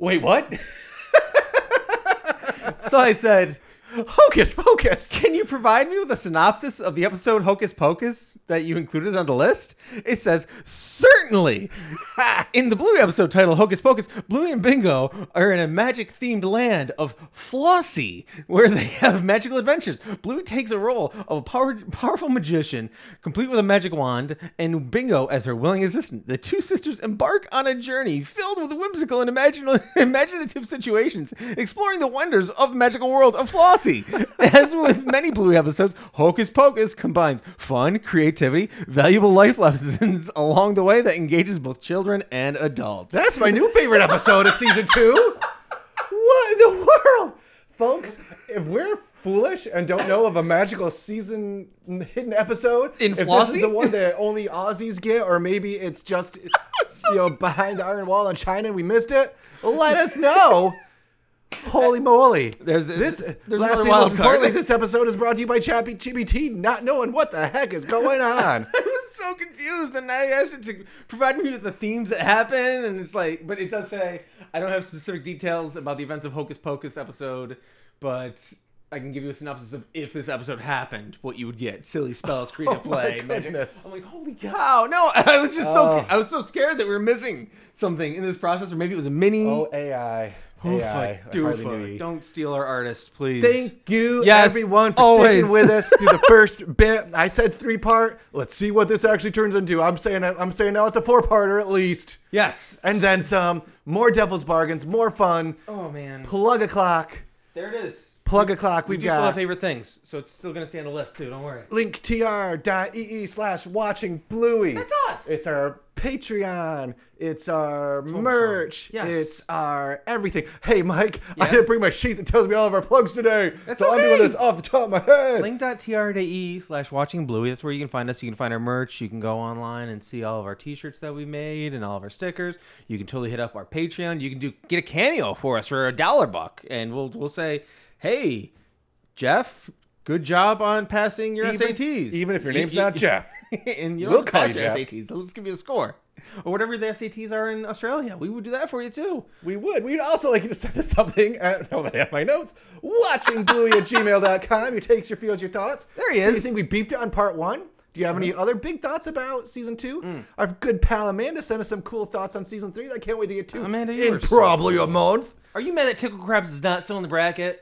S1: Wait, what?
S2: So I said,
S1: Hocus Pocus.
S2: Can you provide me with a synopsis of the episode Hocus Pocus that you included on the list? It says, Certainly. in the Bluey episode titled Hocus Pocus, Bluey and Bingo are in a magic themed land of Flossie, where they have magical adventures. Bluey takes a role of a power- powerful magician, complete with a magic wand, and Bingo as her willing assistant. The two sisters embark on a journey filled with whimsical and imagin- imaginative situations, exploring the wonders of the magical world of Flossie. As with many Bluey episodes, Hocus Pocus combines fun, creativity, valuable life lessons along the way that engages both children and adults.
S1: That's my new favorite episode of season two. What in the world? Folks, if we're foolish and don't know of a magical season hidden episode,
S2: In
S1: if this
S2: Flossie?
S1: is the one that only Aussies get, or maybe it's just you know behind the Iron Wall in China and we missed it, let us know. Holy moly!
S2: There's-
S1: this.
S2: there's another
S1: lastly,
S2: wild
S1: most
S2: card.
S1: importantly, this episode is brought to you by Chappy GBT, not knowing what the heck is going on.
S2: I was so confused, and I asked it to provide me with the themes that happen, and it's like, but it does say I don't have specific details about the events of Hocus Pocus episode, but I can give you a synopsis of if this episode happened, what you would get: silly spells, creative
S1: Oh my
S2: play, magic.
S1: goodness.
S2: I'm like, holy cow! No, I was just so
S1: Oh.
S2: I was so scared that we were missing something in this process, or maybe it was a mini.
S1: Oh AI,
S2: Oofa,
S1: AI, I hardly knew
S2: doofa.
S1: you.
S2: Don't steal our artists, please.
S1: Thank you,
S2: Yes,
S1: everyone, for
S2: always.
S1: sticking with us through the first bit. I said three part. Let's see what this actually turns into. I'm saying I'm saying now it's a four parter at least,
S2: yes.
S1: and then some. More devil's bargains, more fun.
S2: Oh man,
S1: Plug a clock,
S2: there it is.
S1: plug a clock.
S2: We
S1: We've
S2: do still have
S1: got
S2: favorite things, so it's still gonna stay on the list too. Don't worry.
S1: linktr.ee E slash watching bluey.
S2: That's us.
S1: It's our Patreon. It's our merch.
S2: Yes.
S1: It's our everything. Hey, Mike, I
S2: Yeah?
S1: didn't bring my sheet that tells me all of our plugs today,
S2: That's
S1: so I'm doing
S2: okay.
S1: this off the top of my head.
S2: Link.tr.e E slash watching Bluey. That's where you can find us. You can find our merch. You can go online and see all of our t shirts that we made and all of our stickers. You can totally hit up our Patreon. You can do get a cameo for us for a dollar buck. And we'll we'll say, Hey, Jeff, good job on passing your SATs.
S1: Even if your
S2: You-
S1: name's
S2: you-
S1: not Jeff.
S2: and you don't
S1: We'll
S2: have to
S1: call
S2: pass
S1: you
S2: your
S1: Jeff.
S2: SATs. They'll just give you a score. Or whatever the SATs are in Australia. We would do that for you too.
S1: We would. We'd also like you to send us something at, oh, I have my notes, watchingbluey at gmail.com. Your takes, your feels, your thoughts.
S2: There he
S1: Do you
S2: is.
S1: think we beefed it on part one? Do you have any other big thoughts about season two? Our good pal Amanda sent us some cool thoughts on season three that I can't wait to get to
S2: Amanda, you
S1: in
S2: are so
S1: probably a month.
S2: Are you mad that Tickle Crabs is not still in the bracket?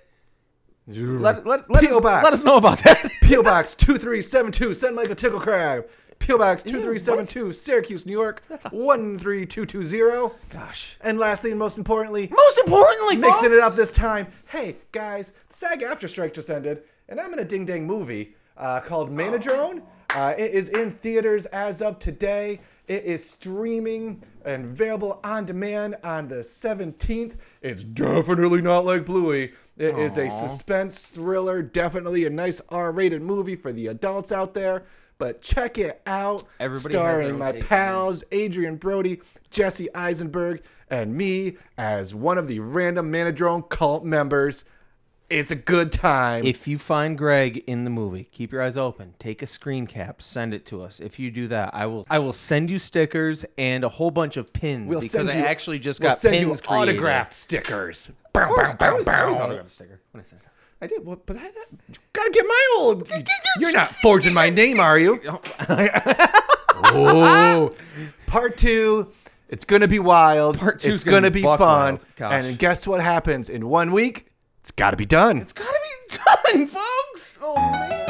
S2: Let, let, let,
S1: Peel
S2: us,
S1: back.
S2: let us know about that.
S1: P.O. Box 2372, Send Michael Tickle Crab. P.O. Box 2372, Syracuse, New York,
S2: That's us.
S1: 13220.
S2: Gosh.
S1: And lastly and most importantly,
S2: Most importantly,
S1: mixing
S2: folks,
S1: it up this time. Hey
S2: Oh.
S1: guys, SAG after strike just ended, and I'm in a ding dang movie uh, called Manadrone. Uh, it is in theaters as of today. It is streaming and available on demand on the 17th. It's definitely not like Bluey. It is a suspense thriller, definitely a nice R-rated movie for the adults out there. But check it out,
S2: Everybody has their
S1: starring
S2: own
S1: my
S2: take on it.
S1: pals Adrian Brody, Jesse Eisenberg, and me as one of the random Manadrone cult members. It's a good time.
S2: If you find Greg in the movie, keep your eyes open. Take a screen cap, send it to us. If you do that, I will I will send you stickers and a whole bunch of pins
S1: We'll
S2: because
S1: send
S2: I
S1: you-
S2: actually just
S1: we'll
S2: got
S1: send
S2: pins
S1: you
S2: created.
S1: autographed stickers. Bow, bow,
S2: I
S1: bow,
S2: always- I always
S1: bow.
S2: autograph a sticker when I send it.
S1: I did. Well, but I, that, you gotta get my old. You're not forging my name, are you? oh, part two. It's gonna be wild.
S2: Part two's
S1: It's
S2: gonna
S1: gonna
S2: be
S1: be
S2: buck
S1: fun.
S2: wild. Gosh.
S1: And guess what happens in one week? It's gotta be done.
S2: It's gotta be done, folks. Oh man.